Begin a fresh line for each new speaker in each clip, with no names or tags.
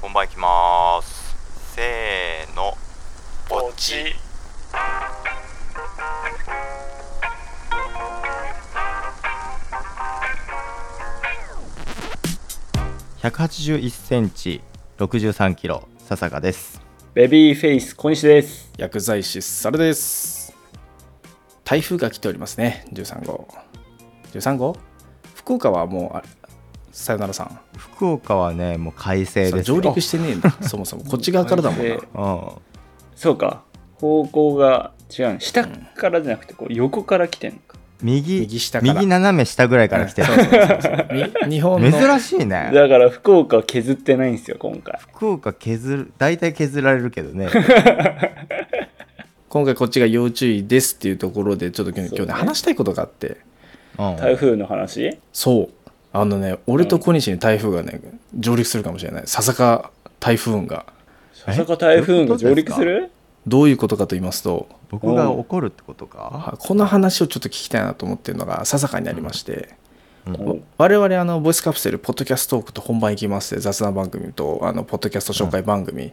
本番いきまーすせーの
ポチ
181センチ63キロ笹香です
ベビーフェイス小西です。
薬剤師サルです台風が来ておりますね13号13号福岡はもうあさよならさん、
福岡はねもう快晴
さ
ですよ
上陸してねえんだそもそもこっち側からだもん
え
な
ー
うん
そうか、方向が違うの下からじゃなくて、こう横から来てんのか。
右
右下から
右斜め下ぐらいから来てる
そうそうそうそうみ日本の
珍しいね
だから福岡削ってないんですよ、今回。
福岡削る大体削られるけど ね
今回こっちが要注意ですっていうところでちょっと今日,、
そう
今
ね
日ね話したいことがあって
うん
台風の話
そうあのね俺と小西に台風がね上陸するかもしれない笹か台風雲が
まさか台風が上陸す
どう
る
どういうことかと言いますと
僕が怒るってことか
あこの話をちょっと聞きたいなと思ってるのが笹かになりまして、
うん
わ我々あのボイスカプセル「ポッドキャストトーク」と本番行きますで雑談番組とあのポッドキャスト紹介番組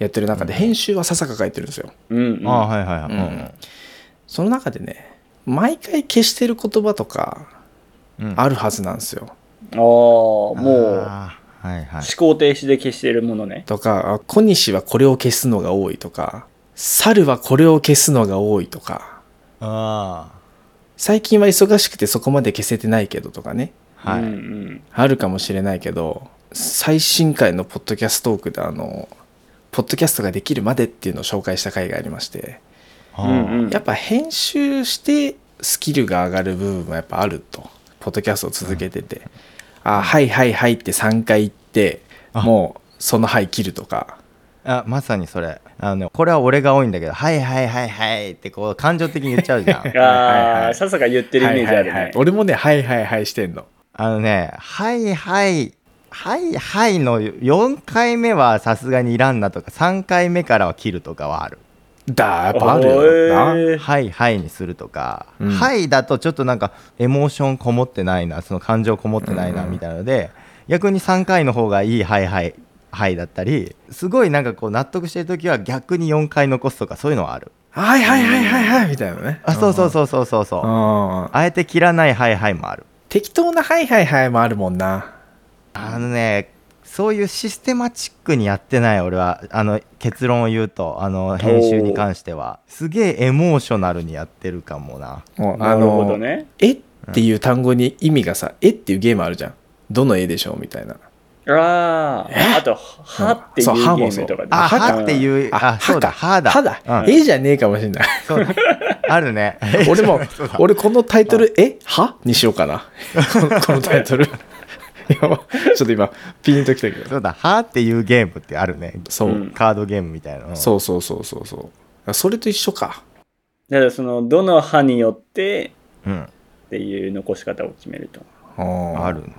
やってる中で編集は笹香がやってるんですよ、
うん、うん。
ああはいはいはい、う
うんその中でね毎回消してる言葉とか
んうん
あるはずなんですよ、
あーもう
あーはいはい
思考停止で消してるものね。
とかあ「小西はこれを消すのが多い」とか「猿はこれを消すのが多い」とか
あ
「最近は忙しくてそこまで消せてないけど」とかね
あはい、
うんうん、
あるかもしれないけど最新回のポッドキャストトークであのポッドキャストができるまでっていうのを紹介した回がありまして
あ
う
ー
んうん
やっぱ編集してスキルが上がる部分もやっぱあるとポッドキャストを続けてて、あはいはいはいって3回言って
あ
もうその「はい」切るとか
あまさにそれあのねこれは俺が多いんだけど「はいはいはいはい」ってこう感情的に言っちゃうじゃん
ああ、ささか言ってるイメージあるね。
はいはいはい俺もね「はいはいはい」してんの
あのね「はいはいはいはい」の4回目はさすがにいらんなとか3回目からは切るとかはある
だやっぱあるよな、
「
おー
はいはい」にするとか「
うん
はい」だとちょっとなんかエモーションこもってないなその感情こもってないな
うん
みたいなので、逆に3回の方がいい「はいはい」はいだったりすごいなんかこう納得してる時は逆に4回残すとかそういうのはある
はいはいはいはいはいみたいなね
あそうそうそうそうそうそう
うんうん
あえて切らない「はいはい」もある
適当な「はいはいはい」もあるもんな
あのねそういうシステマチックにやってない俺はあの結論を言うとあの編集に関してはすげえエモーショナルにやってるかもな
もう
な
あ
るほど
の
ね。
「え」っていう単語に意味がさ「え」っていうゲームあるじゃんどの絵でしょうみたいな
ああ、あと、はっていう
そう
ゲ
歯も
ー
そう
ムとかね
あ
歯
歯っていうあそうだ
歯
歯だ
だ歯だ、
うん
絵じゃねえかもしれない
そうだあるね
俺も
そうだ
俺このタイトル「え歯?」にしようかな このこのタイトル いやちょっと今ピンときたけど
そうだ歯っていうゲームってあるね
そう、
うん
カードゲームみたいなの
そうそうそうそうそうそれと一緒か
だからその、どの歯によって
うん
っていう残し方を決めると。
あ
あ
る
るね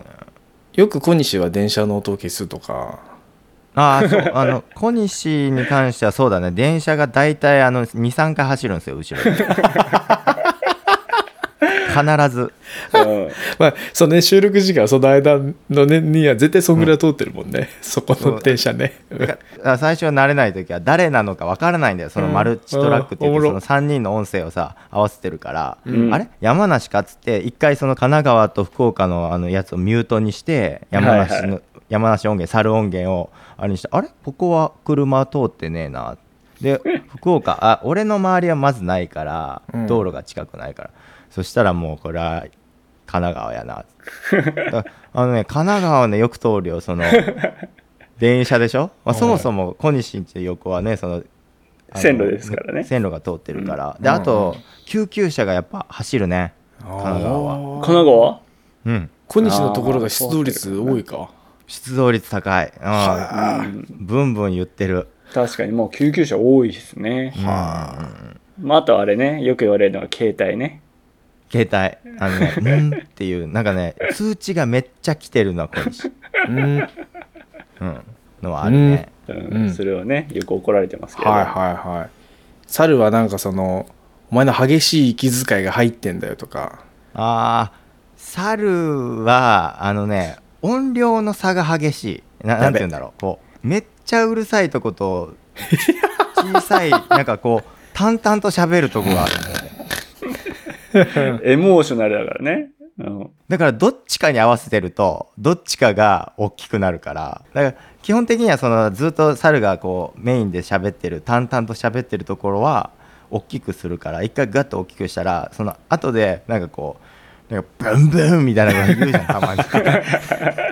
よく小西は電車の音を消すとか
ああそうあの小西に関してはそうだね電車が大体あの23回走るんですよ後 ろに必ず
うん
まあそのね収録時間その間のねには絶対そんぐらい通ってるもんね、そこの電車ね
あ最初は慣れない時は誰なのかわからないんだよそのマルチトラックっていう
うん
と
うんお
そ
もろ
の3人の音声をさ合わせてるから、
うん
あれ山梨かっつって一回その神奈川と福岡のあのやつをミュートにして山梨の、
はいは
山梨音源猿音源をあれにしてあれここは車通ってねえなで 福岡あ俺の周りはまずないから
うん
道路が近くないから、そしたらもうこれは神奈川やな だあのね神奈川はねよく通るよその電車でしょ、まあ、
うん
そもそも小西んち横はねそのあの
線路ですからね
線路が通ってるから、
ん
で
うん
あと救急車がやっぱ走るね
神
奈川は
神奈川
うん
小西のところが出動率多いか
出動率高い、うん、
は
ブンブン言ってる
確かにもう救急車多いですね、
あ
まあ、あとあれねよく言われるのは携帯ね
携帯あのね「うん」っていうなんかね通知がめっちゃ来てるのは小西、
うんはい
うん、のはあるね、
うん
うん
それはねよく怒られてますけど、
はいはい猿はなんかそのお前の激しい息遣いが入ってんだよとか
あー猿はあのね音量の差が激しいななんて言うんだろうこうめっちゃうるさいとこと小さいなんかこう淡々と喋るとこがあるんだよね
エモーショナルだからね。うん
だからどっちかに合わせてるとどっちかが大きくなるからだから基本的にはそのずっと猿がこうメインで喋ってる淡々と喋ってるところは大きくするから一回ガッと大きくしたらその後でなんかこうなんかブンブンみたいなこと言うじゃんたまに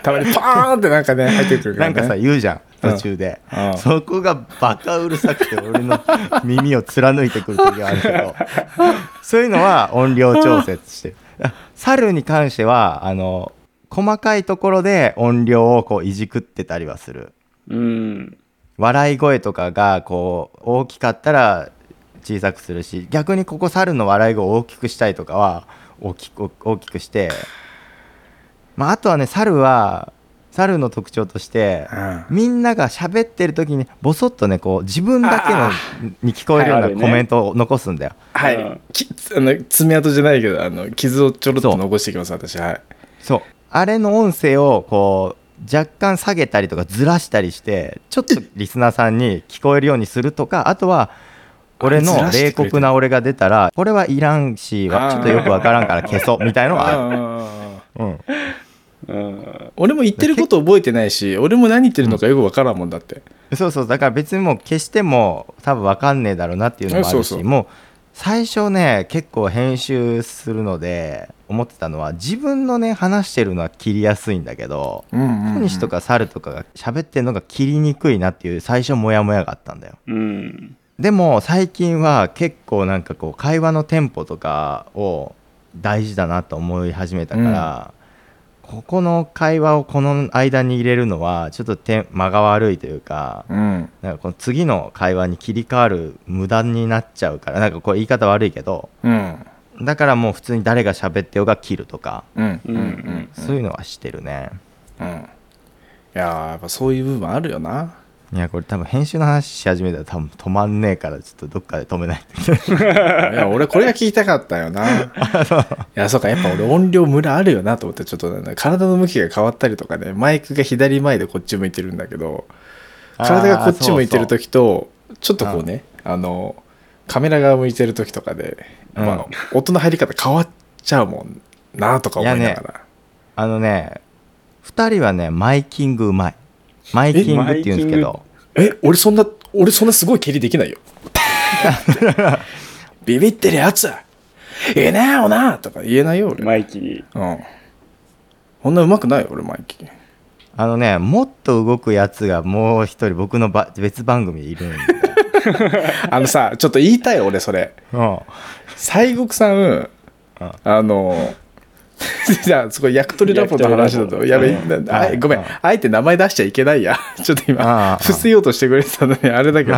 たまにパーンってなんかね入ってくるか
な
ら、
ん
ね、
かさ言うじゃん途中で、
うん
そこがバカうるさくて俺の耳を貫いてくる時があるけ どそういうのは音量調節してる猿に関してはあの細かいところで音量をこういじくってたりはする
うん。
笑い声とかがこう大きかったら小さくするし逆にここ猿の笑い声を大きくしたいとかは大きく大きくして、まあ、あとはね猿は猿の特徴として
うん
みんなが喋ってる時にボソッとねこう自分だけ
あ
のに聞こえるよう
はい
な
あるね
コメントを残すんだよ。
はい、
うん
きあの爪痕じゃないけどあの傷をちょろっと残してきます私はい
そうあれの音声をこう若干下げたりとかずらしたりしてちょっとリスナーさんに聞こえるようにするとかあとは俺
あれず
の
らしてく
冷
れてる
酷な俺が出たらこれはいらんし
あー
ちょっとよくわからんから消そうみたいのはあ
あ
る、うん、
うん。
俺も言ってること覚えてないし俺も何言ってるのかよくわからんもんだって、
そうそうだから別にもう消しても多分わかんねえだろうなっていうのもあるし
そうそう
もう最初ね結構編集するので思ってたのは自分のね話してるのは切りやすいんだけど
うんうんうん
小西とか猿とかが喋ってるのが切りにくいなっていう最初モヤモヤがあったんだよ
うん。
でも最近は結構なんかこう会話のテンポとかを大事だなと思い始めたから、ここの会話をこの間に入れるのはちょっと手間が悪いというか
うん
なんかこの次の会話に切り替わる無駄になっちゃうからなんかこう言い方悪いけど
うん
だからもう普通に誰が喋ってようが切るとか
うん
うんうん
そういうのはしてるね、
うんいやーやっぱそういう部分あるよない
やこれ多分編集の話し始めたら多分止まんねえからちょっとどっかで止めないと
いや俺これが聞きたかったよ ないやそうかやっぱ俺音量ムラあるよなと思ってちょっとね体の向きが変わったりとかねマイクが左前でこっち向いてるんだけど 体がこっち向いてる時とちょっとこうねあのカメラ側向いてる時とかで、
うん
まあ、音の入り方変わっちゃうもんなとか思いながら、
あのね2人はねマイキングうまいマイキングって言うんですけど
え俺そんな俺そんなすごい蹴りでき ないよビビってるやつ言えないよなとか言えないよ俺
マイキー。
うん。こんなうまくないよ、俺、マイキー。
あのねもっと動くやつがもう一人僕のば別番組いるんで
あのさ、ちょっと言いたい、俺、それ。
うん
西国さん、
うん
あの、 じゃあ、すごい、役取りラボの話だと、やべ、
うんうん
なあ
うん
ごめん、
うん
あえて名前出しちゃいけないや。 ちょっと
あ
今
あ、
伏せようとしてくれてたのに、あれだけど、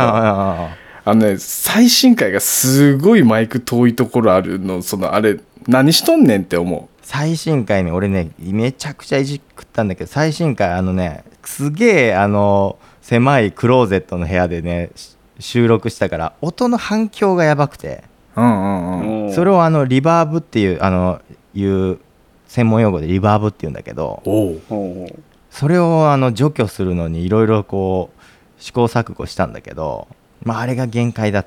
あ
あ
あ
のね、最新回がすごいマイク遠いところあるの、その、あれ、何しとんねんって思う。
最新回ね俺ねめちゃくちゃいじくったんだけど最新回あのねすげえあの狭いクローゼットの部屋でねし収録したから音の反響がやばくて。
うんうんうん。
うん
それをあのリバーブっていうあのいう専門用語でリバーブっていうんだけど
おう。
ほう
それをあの除去するのにいろいろこう試行錯誤したんだけど、まあ、あれが限界だっ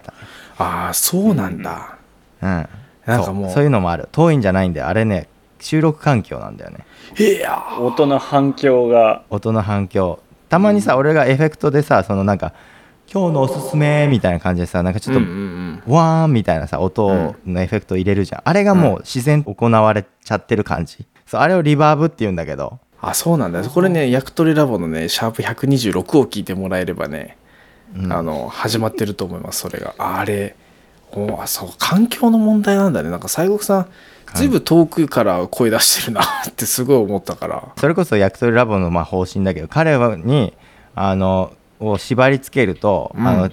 ああ、そうなんだ。
た、うん、
なんかもう
そうそういうのもある遠いんじゃないんだよあれね収録環境なんだよね
いやー
ほう音の反響が。
音の反響たまにさ、俺がエフェクトでさそのなんか「今日のおすすめ」みたいな感じでさなんかちょっと、
うんうんうん
ワーンみたいなさ音のエフェクト入れるじゃん、あれがもう自然と行われちゃってる感じそうあれをリバーブって言うんだけど
あそうなんだこれね「役取りラボ」のねシャープ126を聞いてもらえればね、
うん
あの始まってると思いますそれがあれおあそう環境の問題なんだねなんか西国さんずいぶん遠くから声出してるなってすごい思ったから
それこそ焼き鳥ラボのまあ方針だけど彼はにあのを縛りつけると、
うん
あの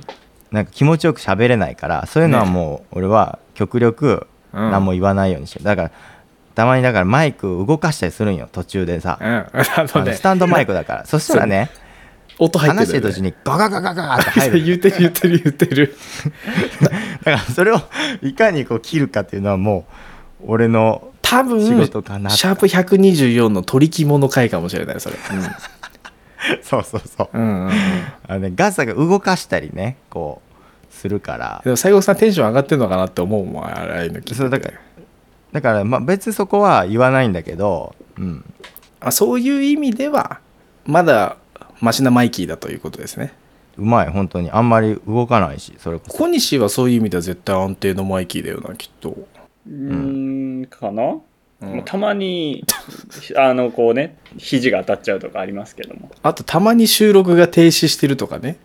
なんか気持ちよく喋れないからそういうのはもう俺は極力
うん
何も言わないようにしてる、だからたまにだからマイク動かしたりするんよ途中でさ、
うん あ
あ
の
の
ね
スタンドマイクだからそしたらね
音入って
話し
る
てる途
よね
中にガガガガガって入る
言ってる言ってる言ってる
だからそれをいかにこう切るかっていうのはもう俺の
多分
仕事かな
シャープ124の取り着物回かもしれないそれ、うん
そうそうそう
うんうんうん、
あの、ね、ガサが動かしたりねこうするから
でも西郷さんテンション上がってるのかなって思うもんあれああいうの聞いてて
そうだからだから、まあ、別にそこは言わないんだけど、うん、
あそういう意味ではまだマシなマイキーだということですね
うまい本当にあんまり動かないしそれこそ
小西はそういう意味では絶対安定のマイキーだよなきっと、
うーん、かな、
うん
まあたまに、あの、こうね、肘が当たっちゃうとかありますけども。
あとたまに収録が停止してるとかね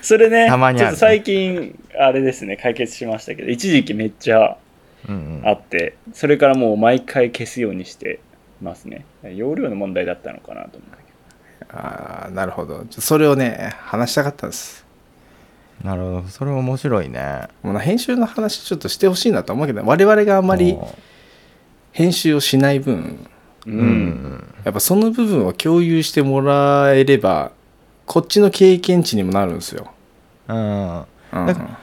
それね、
たまにあ
ち
る
ょっと最近、あれですね、解決しましたけど、一時期めっちゃ
うんうん
あって、それからもう毎回消すようにしてますね。容量の問題だったのかなと思うんだけ
ああなるほどちょそれをね話したかったんです
なるほどそれ面白いね
もうな編集の話ちょっとしてほしいなと思うけど我々があんまり
も
編集をしない分
ど。
うう
う。
んうんん
やっぱその部分を共有してもらえればこっちの経験値にもなるんですよ、
うん
うん
だか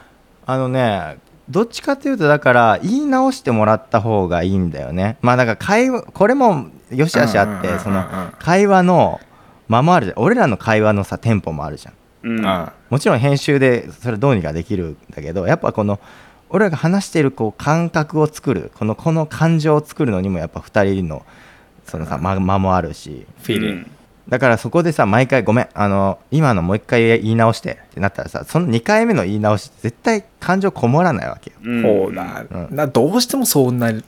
あのねどっちかというとだから言い直してもらった方がいいんだよねまあだから会話これもよしあしあっ
うんうんうんう
て
ん
その会話のままあるじゃん俺らの会話のさテンポもあるじゃん
うん。
あ
もちろん編集でそれどうにかできるんだけどやっぱこの俺らが話しているこう感覚を作るこのこの感情を作るのにもやっぱ2人のそのさ間間もあるし
フィーリング、
だからそこでさ毎回「ごめんあの今のもう一回言い直して」ってなったらさその2回目の言い直しって絶対感情こもらないわけよ
うん。
ほうだ、
うん
などうしてもそうなる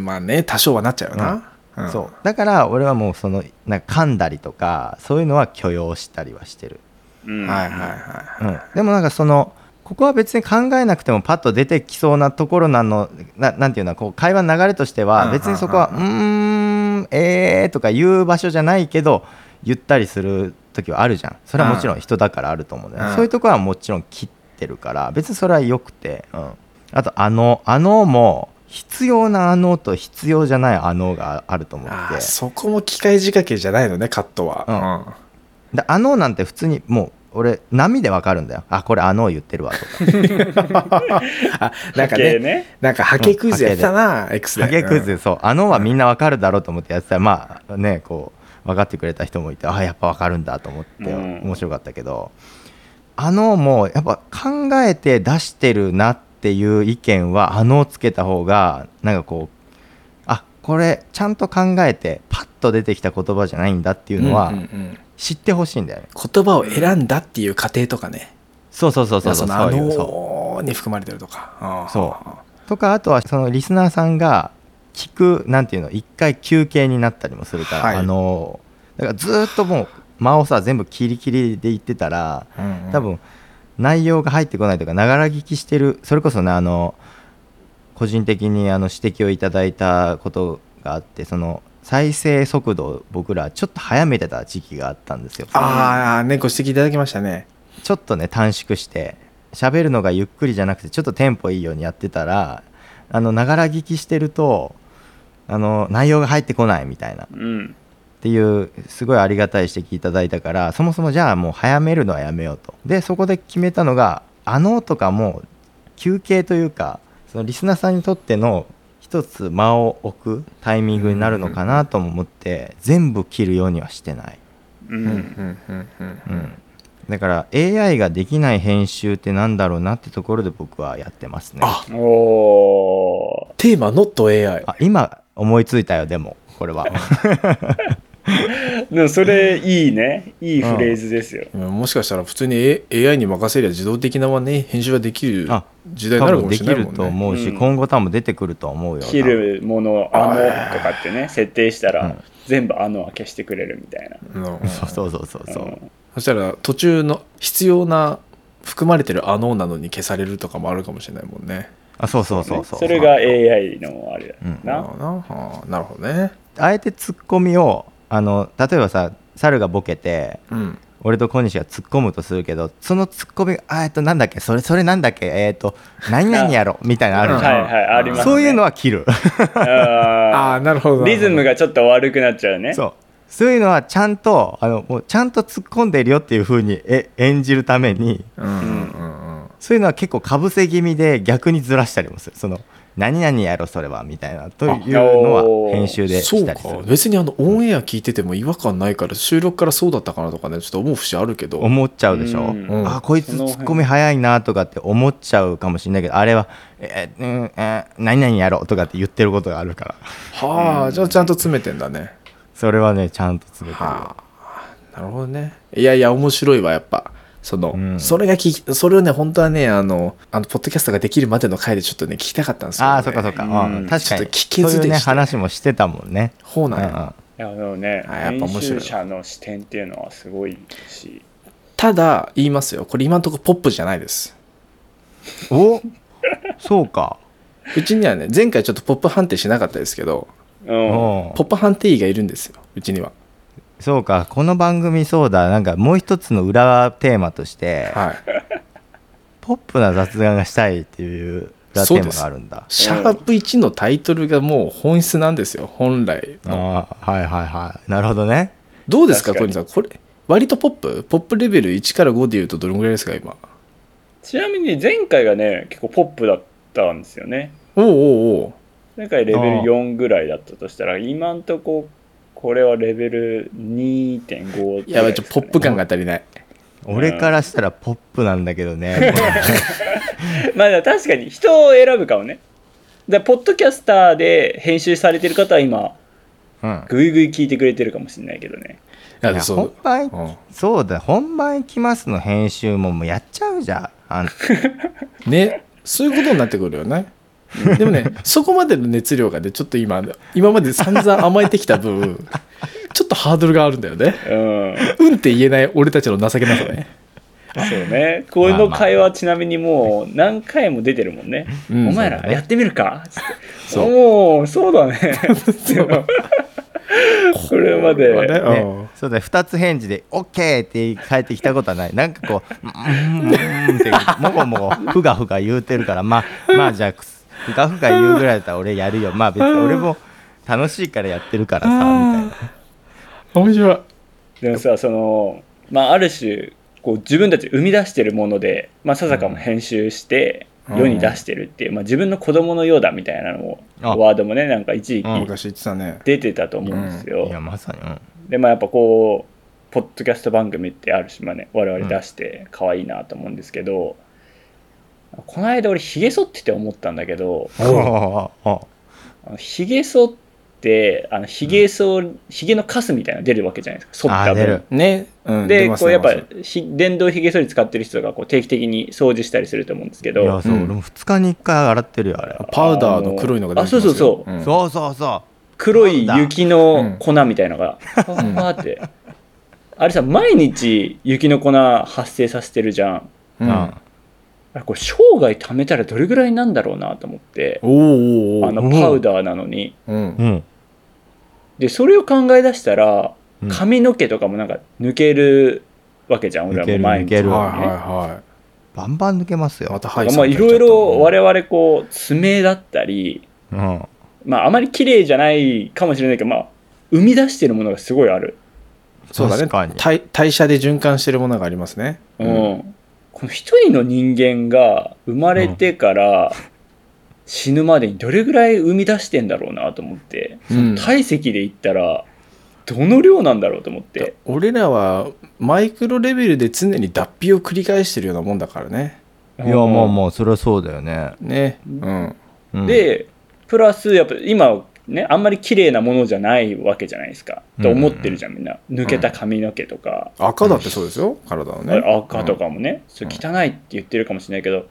まあね多少はなっちゃうよな、ん
そうだから俺はもうそのなんか噛んだりとかそういうのは許容したりはしてる、
うん。
はいはいは
うん、でもなんかそのここは別に考えなくてもパッと出てきそうなところなのななんていうのこう会話の流れとして
う
は
ん
別にそこは「う
う
ーんえー」とか言う場所じゃないけど言ったりする時はあるじゃんそれはもちろん人だからあると思うんだよね、
うん
そういうところはもちろん切ってるから別にそれは良くて、うん、あと「あの」「あの」も必要な「あの」と必要じゃない「あの」があると思
い
って
あーそこも機械仕掛けじゃないのねカットは、
で「あの」なんて普通にもう俺波でわかるんだよあこれ「あの」言ってる わとか
あなん
波
か
形
ね
ね。
なんかハケクイズやってたな、X で
ハゲクズ
うん
そう「あの」はみんなわかるだろうと思ってやってたらまあねこう分かってくれた人もいてあやっぱわかるんだと思って
うん
面白かったけど「あの」もやっぱ考えて出してるなっていう意見は「あの」をつけた方がなんかこうあこれちゃんと考えてパッと出てきた言葉じゃないんだっていうのは
うんうんうん
知ってほしいんだよね、
言葉を選んだっていう過程とかね
そうそうそうそうそう
そのあ
そういうそう
のーに含まれてるとか
そとかあとはそのリスナーさんが聞くなんていうの一回休憩になったりもするから、
はい
あのだからずーっともう間をさ全部キリキリで言ってたら
うん、うんうん
多分内容が入ってこないとかながら聞きしてるそれこそねあの個人的にあの指摘をいただいたことがあってその再生速度を僕らちょっと早めてた時期があったんですよ
ああねご指摘いただきましたね
ちょっとね短縮して喋るのがゆっくりじゃなくてちょっとテンポいいようにやってたらあのながら聞きしてるとあの内容が入ってこないみたいなっ
うん。
ていうすごいありがたい指摘いただいたからそもそもじゃあもう早めるのはやめようとでそこで決めたのが「あの」とかも休憩というかそのリスナーさんにとっての一つ間を置くタイミングになるのかなとも思って全部切るようにはしてない。
う。
うんうんんうんうん
うん、だから AI ができない編集ってなんだろうなってところで僕はやってますね
あ
おー。
テーマ NotAI
あ今思いついたよでもこれは
でもそれいいね。いいフレーズですよ。
うんもしかしたら普通に A- AI に任せりゃ自動的なまね編集はできる
あ
時代
多
になるか
分
も
で
し
き
れない
る
もん
と
ね。
思うし、
うん
今後多分出てくると思うよ
切るものをあのとかってね、設定した
う
ら
ん
全部あのは消してくれるみたいな。
うん
多分そうそうそうそうそう
そしたら途中の必要な含まれてるあのなのに消されるとかもあるかもしれないもんね。
あそうそうそうそう
それが AI のあれだ
うん
な
な。
るほどなあーなるほどね。
あえてツッコミをあの例えばさ猿がボケて
うん。
俺と小西が突っ込むとするけどその突っ込みがあえっとなんだっけそれそれなんだっけえっ、と何々やろみたいなのあるじ
はい
ゃん、
はい、あります、ね。
そういうのは切る
あ
あ
あなるほ
ー
ど。
リズム
が。
がちょっと悪くなっちゃうね。
そうそういうのはちゃんとあのもうちゃんと突っ込んでるよっていう風にえ演じるために
うんうんうんうん。
そういうのは結構かぶせ気味で逆にずらしたりもするその何々やろそれはみたいなというの
あお
は
ー
編集で
そう
した
か
りする
別にあのオンエア聞いてても違和感ないから収録からそうだったかなとかねちょっと思う節あるけど
思っちゃうでしょ、
うん
うん
あこいつツッコミ早いなとかって思っちゃうかもしれないけどあれは「えーうんえー何々やろ」とかって言ってることがあるから
はあじゃあちゃんと詰めてんだね
それはねちゃんと詰めてるよ
はあなるほどねいやいや面白いわやっぱその、
うん
それが聞きそれをね本当はねあのあのポッドキャストができるまでの回でちょっとね聞きたかったんですよ、ね、
ああそっかそっか、うん
うん
確
ちょ
か
っと
に
聞けずでしたね
そういうね話もしてたもんね
ほうなんや、
あのね、
あやっぱ面
編
白い
集者の視点っていうのはすごいし、
ただ言いますよこれ今のところポップじゃないです
うんうんおそうか
うちにはね前回ちょっとポップ判定しなかったですけど
うん、
うん
ポップ判定医がいるんですようちには
そうかこの番組そうだなんかもう一つの裏テーマとして、
はい
ポップな雑談がしたいっていう裏テーマがあるんだ
シャープ1のタイトルがもう本質なんですよ本来の
ああはいはいはいなるほどね
どうですか
確
小
かに
西さんこれ割とポップポップレベル1から5で言うとどれぐらいですか今
ちなみに前回がね結構ポップだったんですよね
おうおうおう
前回レベル
あー
4ぐらいだったとしたら今んとここれはレベル2.5
やばいちょっとポップ感が足りない
俺からしたらポップなんだけどね
まあでも確かに人を選ぶかもねだからポッドキャスターで編集されてる方は今
うん
ぐいぐい聞いてくれてるかもしれないけどね
だ
い
って
や
そ
本
う
番
う
行き
ん
そうだ本番行きますの編集ももうやっちゃうじゃんあん
ねそういうことになってくるよねでもねそこまでの熱量がねちょっと今今まで散々甘えてきた分ちょっとハードルがあるんだよね
うん
うんって言えない俺たちの情けなさね
そうねこの会話はちなみにもう何回も出てるもんね「
うん
お前ら
そうだね
やってみるか」つっ
そ
て
う
もうそうだね」これまで
ね
ね
うん
そうだね2つ返事で「オッケーって返ってきたことはないなんかこう「うーん」ってもごもごふがふが言うてるからまあまあじゃあふがふが言うぐらいだったら俺やるよまあ別に俺も楽しいからやってるからさみたいな
面白い
でもさその、まあ、ある種こう自分たちで生み出してるもので、まあ、ささかも編集して
うん
世に出してるっていう、まあ、自分の子供のようだみたいなのも
あ
ワードもねなんか一
う
時
ん
期
昔言ってたね
出てたと思うんですよ
い、やまさに、うん
でまあやっぱこうポッドキャスト番組ってある種まあね我々出して可愛いなと思うんですけど、この間俺ひげ剃ってて思ったんだけど
おうおう
あのひげ剃ってあのひげ剃ひげのカスみたいなの出るわけじゃないですか剃
あ
った
ー出る
分
ね、うん、
で、
出ます
こうやっぱ
出ます
ひ電動ひげ剃り使ってる人がこう定期的に掃除したりすると思うんですけ
いや
ど
そう、
うん
俺も2日に1回洗ってるよあれ、
パウダーの黒いのが出てきますよ
あそうそうそ
ん
そうそうそ
黒い雪の粉みたいのがパーパーってあれさ毎日雪の粉発生させてるじゃん
う、
うん
うん
あれこれ生涯貯めたらどれぐらいなんだろうなと思って
おーおーおー
あのパウダーなのに
うん
うん
でそれを考え出したら
うん
髪の毛とかもなんか抜けるわけじゃん俺らも毎
抜け
日
る
はい
抜
はいはい
バンバン抜けます
ま
よ、
たハイ
まあいろいろ我々こう爪だったり
うん、
まああまり綺麗じゃないかもしれないけどまあ生み出してるものがすごいある、
そうだね
確かに
代代謝で循環してるものがありますね
うんこの一人の人間が生まれてから死ぬまでにどれぐらい生み出してんだろうなと思って、
うん
体積で言ったらどの量なんだろうと思って
俺らはマイクロレベルで常に脱皮を繰り返してるようなもんだからね
いやまあまあそれはそうだよね、
ねうん
うん、
でプラスやっぱ今ねあんまり綺麗なものじゃないわけじゃないですか、と思ってるじゃんみんな抜けた髪の毛とか、
赤だってそうですよ体のね
赤とかもね、それ汚いって言ってるかもしれないけど、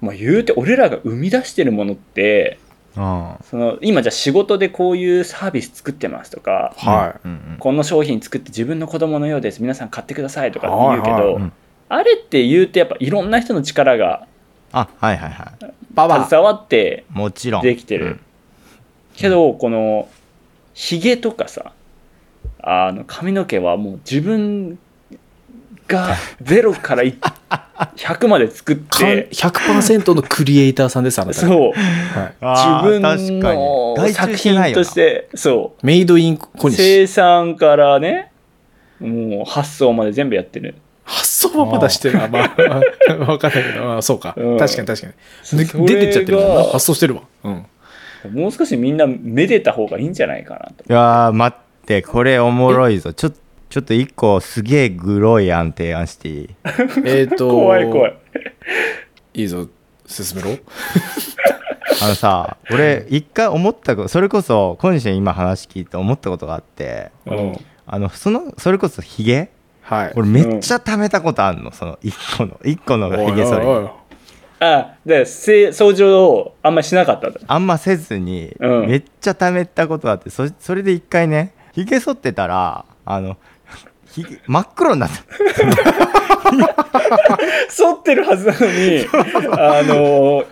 まあ、言うて俺らが生み出してるものって
うん
その今じゃあ仕事でこういうサービス作ってますとか
はい
うんうん
この商品作って自分の子供のようです皆さん買ってくださいとかって言うけど、
はいはい
うん
あれって言うてやっぱいろんな人の力が
あはいはいはい
バ
携わって
もちろん
できてる、けどこのひげとかさあの髪の毛はもう自分が0からい100まで作って
100%のクリエイターさんですあなた
そう
はい
あー
自分の
確かに外注てない
作品
よな
としてそ
メイドイン小
う
西
生産からねもう発想まで全部やってる
発そうまだしてるな。まあ、わかんないけど、まあ、そうか。
うん
確かに確かに。
それが
で出てっちゃってるもんな。発想してるわ。うん。
もう少しみんなめでた方がいいんじゃないかなと
いやー待ってこれおもろいぞちょちょっと一個すげえグロい案提案していい
えっと、
怖い怖い。
いいぞ、進めろ。
あの さ俺一回思ったことそれこそ小西の今話聞いて思ったことがあって
うん。
あのそのそれこそヒゲ
はい。
俺めっちゃ貯めたことあんのその一個の一個のヒゲ剃り
い。
あでせ掃除をあんまりしなかったんだ
あんませずに
うん
めっちゃ貯めたことあってそそれで一回ねヒゲ剃ってたらあのひげ真っ黒になった
剃ってるはずな のに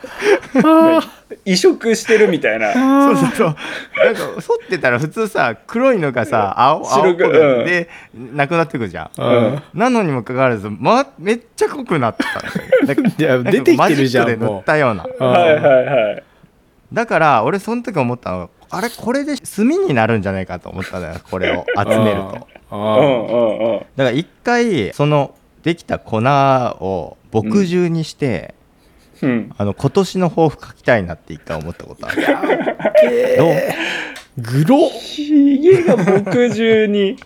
あの移植してるみたいな
そうそうそう。なんか剃ってたら普通さ黒いのがさ青青
白
っ
く
ぽくで、なくなってくじゃん。
うん
うん
なのにもかかわらず、ま、めっちゃ濃くなってたのよ。
いや、
なんか
出てきてるじゃ
マジッ
ん、
クで塗
も
ったような。
う。
はい
い。
はいはい
だから俺その時思ったのがあれこれで炭になるんじゃないかと思ったのよこれを集めると。だか
う
う。
んんうんうん
ら一回そのできた粉を墨汁にして、
うん
あの今年の抱負書きたいなって一回思ったことある。どう
グロ
ひげが墨汁に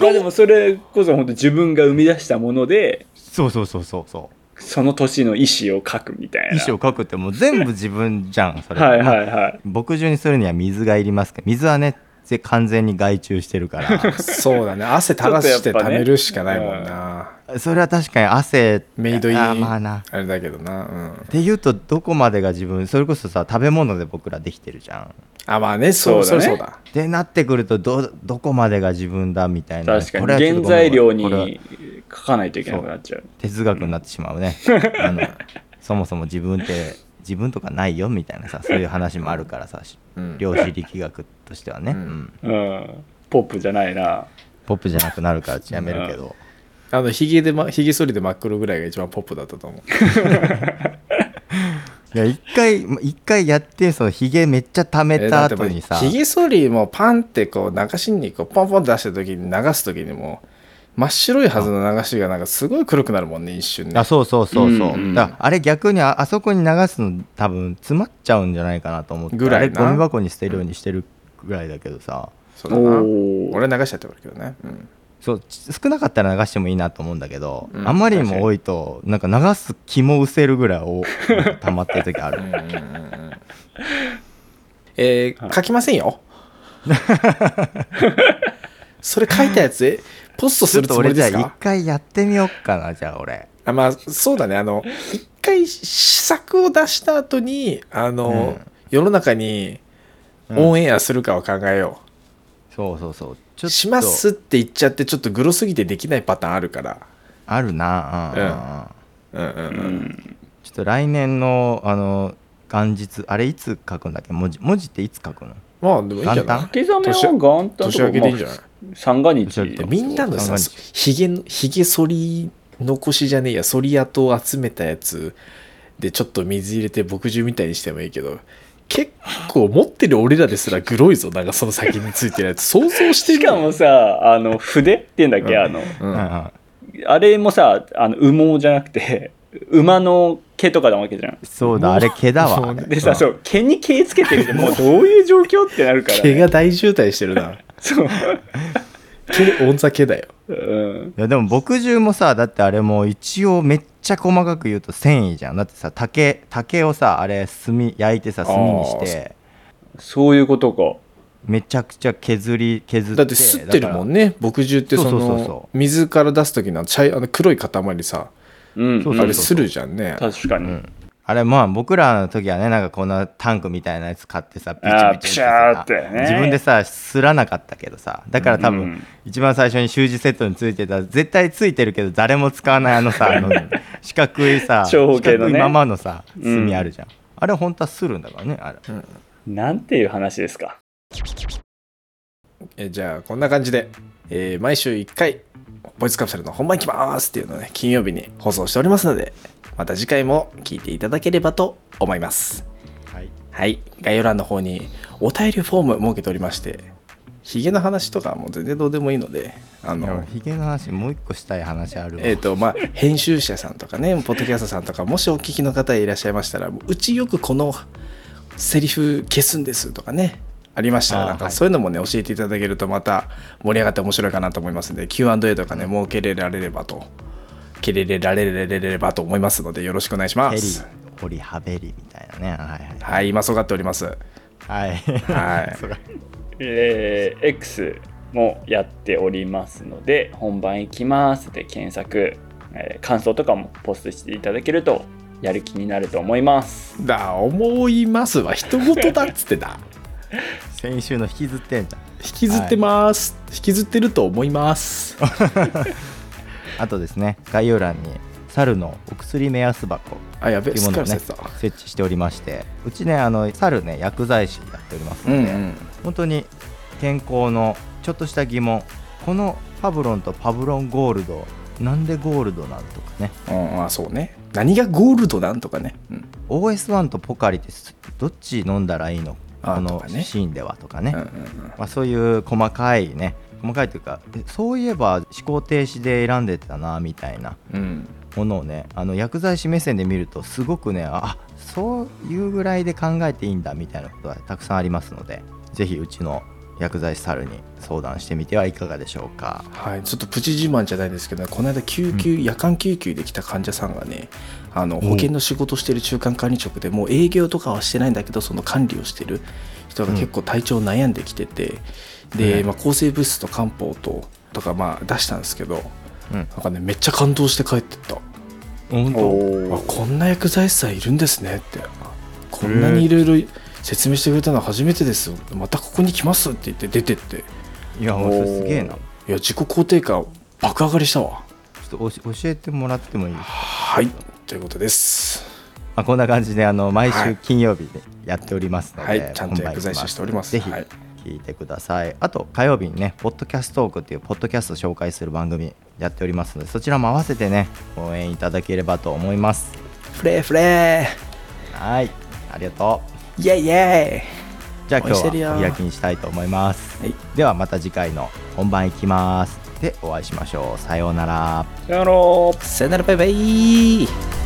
まあでもそれこそ本当自分が生み出したもので
そうそうそうそうそう。
その年の意思を書くみたいな
衣装書くってもう全部自分じゃ んそれ
はいはいはい
牧場にするには水がいりますけど水はねぜ完全に外注してるから
そうだね。汗垂らして溜めるしかないもん
ちょっと
な。
それは確かに汗
メイドイン。
あーまあな
あれだけどな。うん
っ。ていうとどこまでが自分それこそさ食べ物で僕らできてるじゃん
あ、まあね、そう
そ
そう
だね
うそうだ。
ってなってくるとどどこまでが自分だみたいな
確
こ
か
れはち
に
ょっとご
原
めん
材料
これは
に書かないといけなくなっちゃう
哲学になってしまう ねあのそもそも自分って自分とかないよみたいなさそういう話もあるからさ
うん。
量子力学としてはね、
うん
うん
うんポップじゃないな
ポップじゃなくなるからやめるけど
あの、ひげで、ま、ひげ剃りで真っ黒ぐらいが一番ポップだったと思う。
いや一回一回やってそのひげめっちゃ溜めた後にさ、
ひげ剃りもパンってこう流しにこうポンポンって出した時に流す時にも真っ白いはずの流しがなんかすごい黒くなるもんね一瞬ね
あそうそうそうそう、
うんうん
だからあれ逆にああそこに流すの多分詰まっちゃうんじゃないかなと思って
ぐらいな
あれゴミ箱に捨てるようにしてるぐらいだけどさ
そうだな
おお
俺流しちゃってもいいけどね、うん
そうち少なかったら流してもいいなと思うんだけど、
うん
あまりにも多いとなんか流す気も失せるぐらいおなんか溜まってる時ある
えー書きませ んよそれ書いたやつえポスト
ち
す
ょっ
る
と
つもり
俺じ
で
ゃあ
す
一
か
回やってみようかなじゃあ俺
あまあそうだねあの一回試作を出した後にあの、
うん
世の中に
うん
オンエアするかを考えよう、
そうそうそうちょっと
しますって言っちゃってちょっとグロすぎてできないパターンあるから
あるなうん、うんうん
うんうんうん、
うん
ちょっと来年のあの元日あれいつ書くんだっけ文字文字っていつ書くの
まあでもいいんじゃない
元
掛け
年
ざめは元旦と
年
か
明けでいいんじゃない、
まあ三が日
年明け
みんなのさ
そう
ひげのひげ剃り残しじゃねえや剃り跡を集めたやつでちょっと水入れて墨汁みたいにしてもいいけど結構持ってる俺らですらグロいぞなんかその先についてるやつ想像して
し
る
かもさあの筆って言うんだっけあの
うん
うんう
うん
ん
あれもさあの羽毛じゃなくて馬の毛とかなわけじゃん
そうだ
もう
あれ毛だ
も
わ
うね
でさそう毛に毛つけ てるってもうどういう状況ってなるから、ね、
毛が大渋滞してる な
そう、
毛オンザ毛だよ
うん、
いやでも墨汁もさだってあれも一応めっちゃ細かく言うと繊維じゃんだってさ竹竹をさあれ炭焼いてさ炭にして
そういうことか
めちゃくちゃ削り削って
だって吸ってるもん
ね
ね墨汁ってそ
そうそうそう
の
そ
水から出す時の茶いあの黒い塊さ
うん
そうそう
あ
ん
れするじゃんね
確かに、
うんあれまあ僕らの時はねなんかこんなタンクみたいなやつ買ってさピチ
あ
ピ
ー
チやつ
ピシャ
さ
ーってね
自分でさすらなかったけどさだから多
う
分
ん
一番最初に習字セットについてた絶対ついてるけど誰も使わないあのさあ の四角いさ
長方
四
形の
角
ね
いままのさ
うん
炭あるじゃんあれ本当はするんだからねあれ
なんていう話ですか
えじゃあこんな感じで、えー毎週1回ボイスカプセルの本番行きますっていうのをね金曜日に放送しておりますのでまた次回も聞いていただければと思います
はい
はい概要欄の方にお便りフォーム設けておりましてヒゲの話とかはもう全然どうでもいいのであ
いや
の
ヒゲの話もう一個したい話あるわ、
えっ、とまあ編集者さんとかねポッドキャストさんとかもしお聞きの方いらっしゃいましたらうちよくこのセリフ消すんですとかねありましたら
あー
なん
は
か
い
そういうのもね教えていただけるとまた盛り上がって面白いかなと思いますので Q&A とかね設けれられればと。けれれられれれればと思いますのでよろしくお願いしま
ヘリ
す。
ホリハベリみたいなねは
はい、今そがっております。
いはいはい
は い
そうか
えー X もやっておりますので「本番行きます」で検索、えー感想とかもポストしていただけるとやる気になると思います
だ、思いますは人事だっつってだ。
先週の引きずってんじゃん
引きずってます、引きずってると思います。
あとですね概要欄に猿のお薬目安箱
あ、やべ、
という
す
ものを
っかり
ね
忘れてた
設置しておりましてうちねあの猿ね薬剤師やっております
うん
の
う
で、
ん。
本当に健康のちょっとした疑問このパブロンとパブロンゴールドなんでゴールドなんとかね
うん、あ、そうね。何がゴールドなんとかね。うん。
OS1 とポカリってすどっち飲んだらいいの
あ
この
とかね
シーンではとか
う
ね
んうんうん
まあ、そういう細かいね細かいというかえそういえば思考停止で選んでたなみたいな
うん。
ものをねあの薬剤師目線で見るとすごくねあそういうぐらいで考えていいんだみたいなことはたくさんありますのでぜひうちの薬剤師猿に相談してみてはいかがでしょうか
はい、ちょっとプチ自慢じゃないですけど、この間救急、夜間救急で来た患者さんがねあの
ん
保険の仕事してる中間管理職でもう営業とかはしてないんだけどその管理をしてる人が結構体調悩んできてて、で、
うん
まあ、抗生物質と漢方ととかまあ出したんですけど
うん
なんかねめっちゃ感動して帰ってった、
本
あ
お
こんな薬剤師さんいるんですねってこんなにいろいろ説明してくれたのは初めてですまたここに来ますって言って出てって
いやもうそれすげえなち
おー
ょ
いや自己肯定感爆上がりしたわ
っとおし教えてもらってもいいですか、
はい、ということです。
まあ、こんな感じであの毎
は
週
い
金曜日でやっておりますので、
はいちゃんと薬剤師しております
ぜひ
はい
聞いてください、あと火曜日にね「ポッドキャストトーク」っていうポッドキャストを紹介する番組やっておりますのでそちらも合わせてね応援いただければと思います
フレーフレ
はいありがとう
ー、イェイイェイ。
じゃあ今
応援してる
日
よ
はお開きにしたいと思います、
はい
ではまた次回の「本番いきます」でお会いしましょうさようなら
やろう
さよならバイバイ。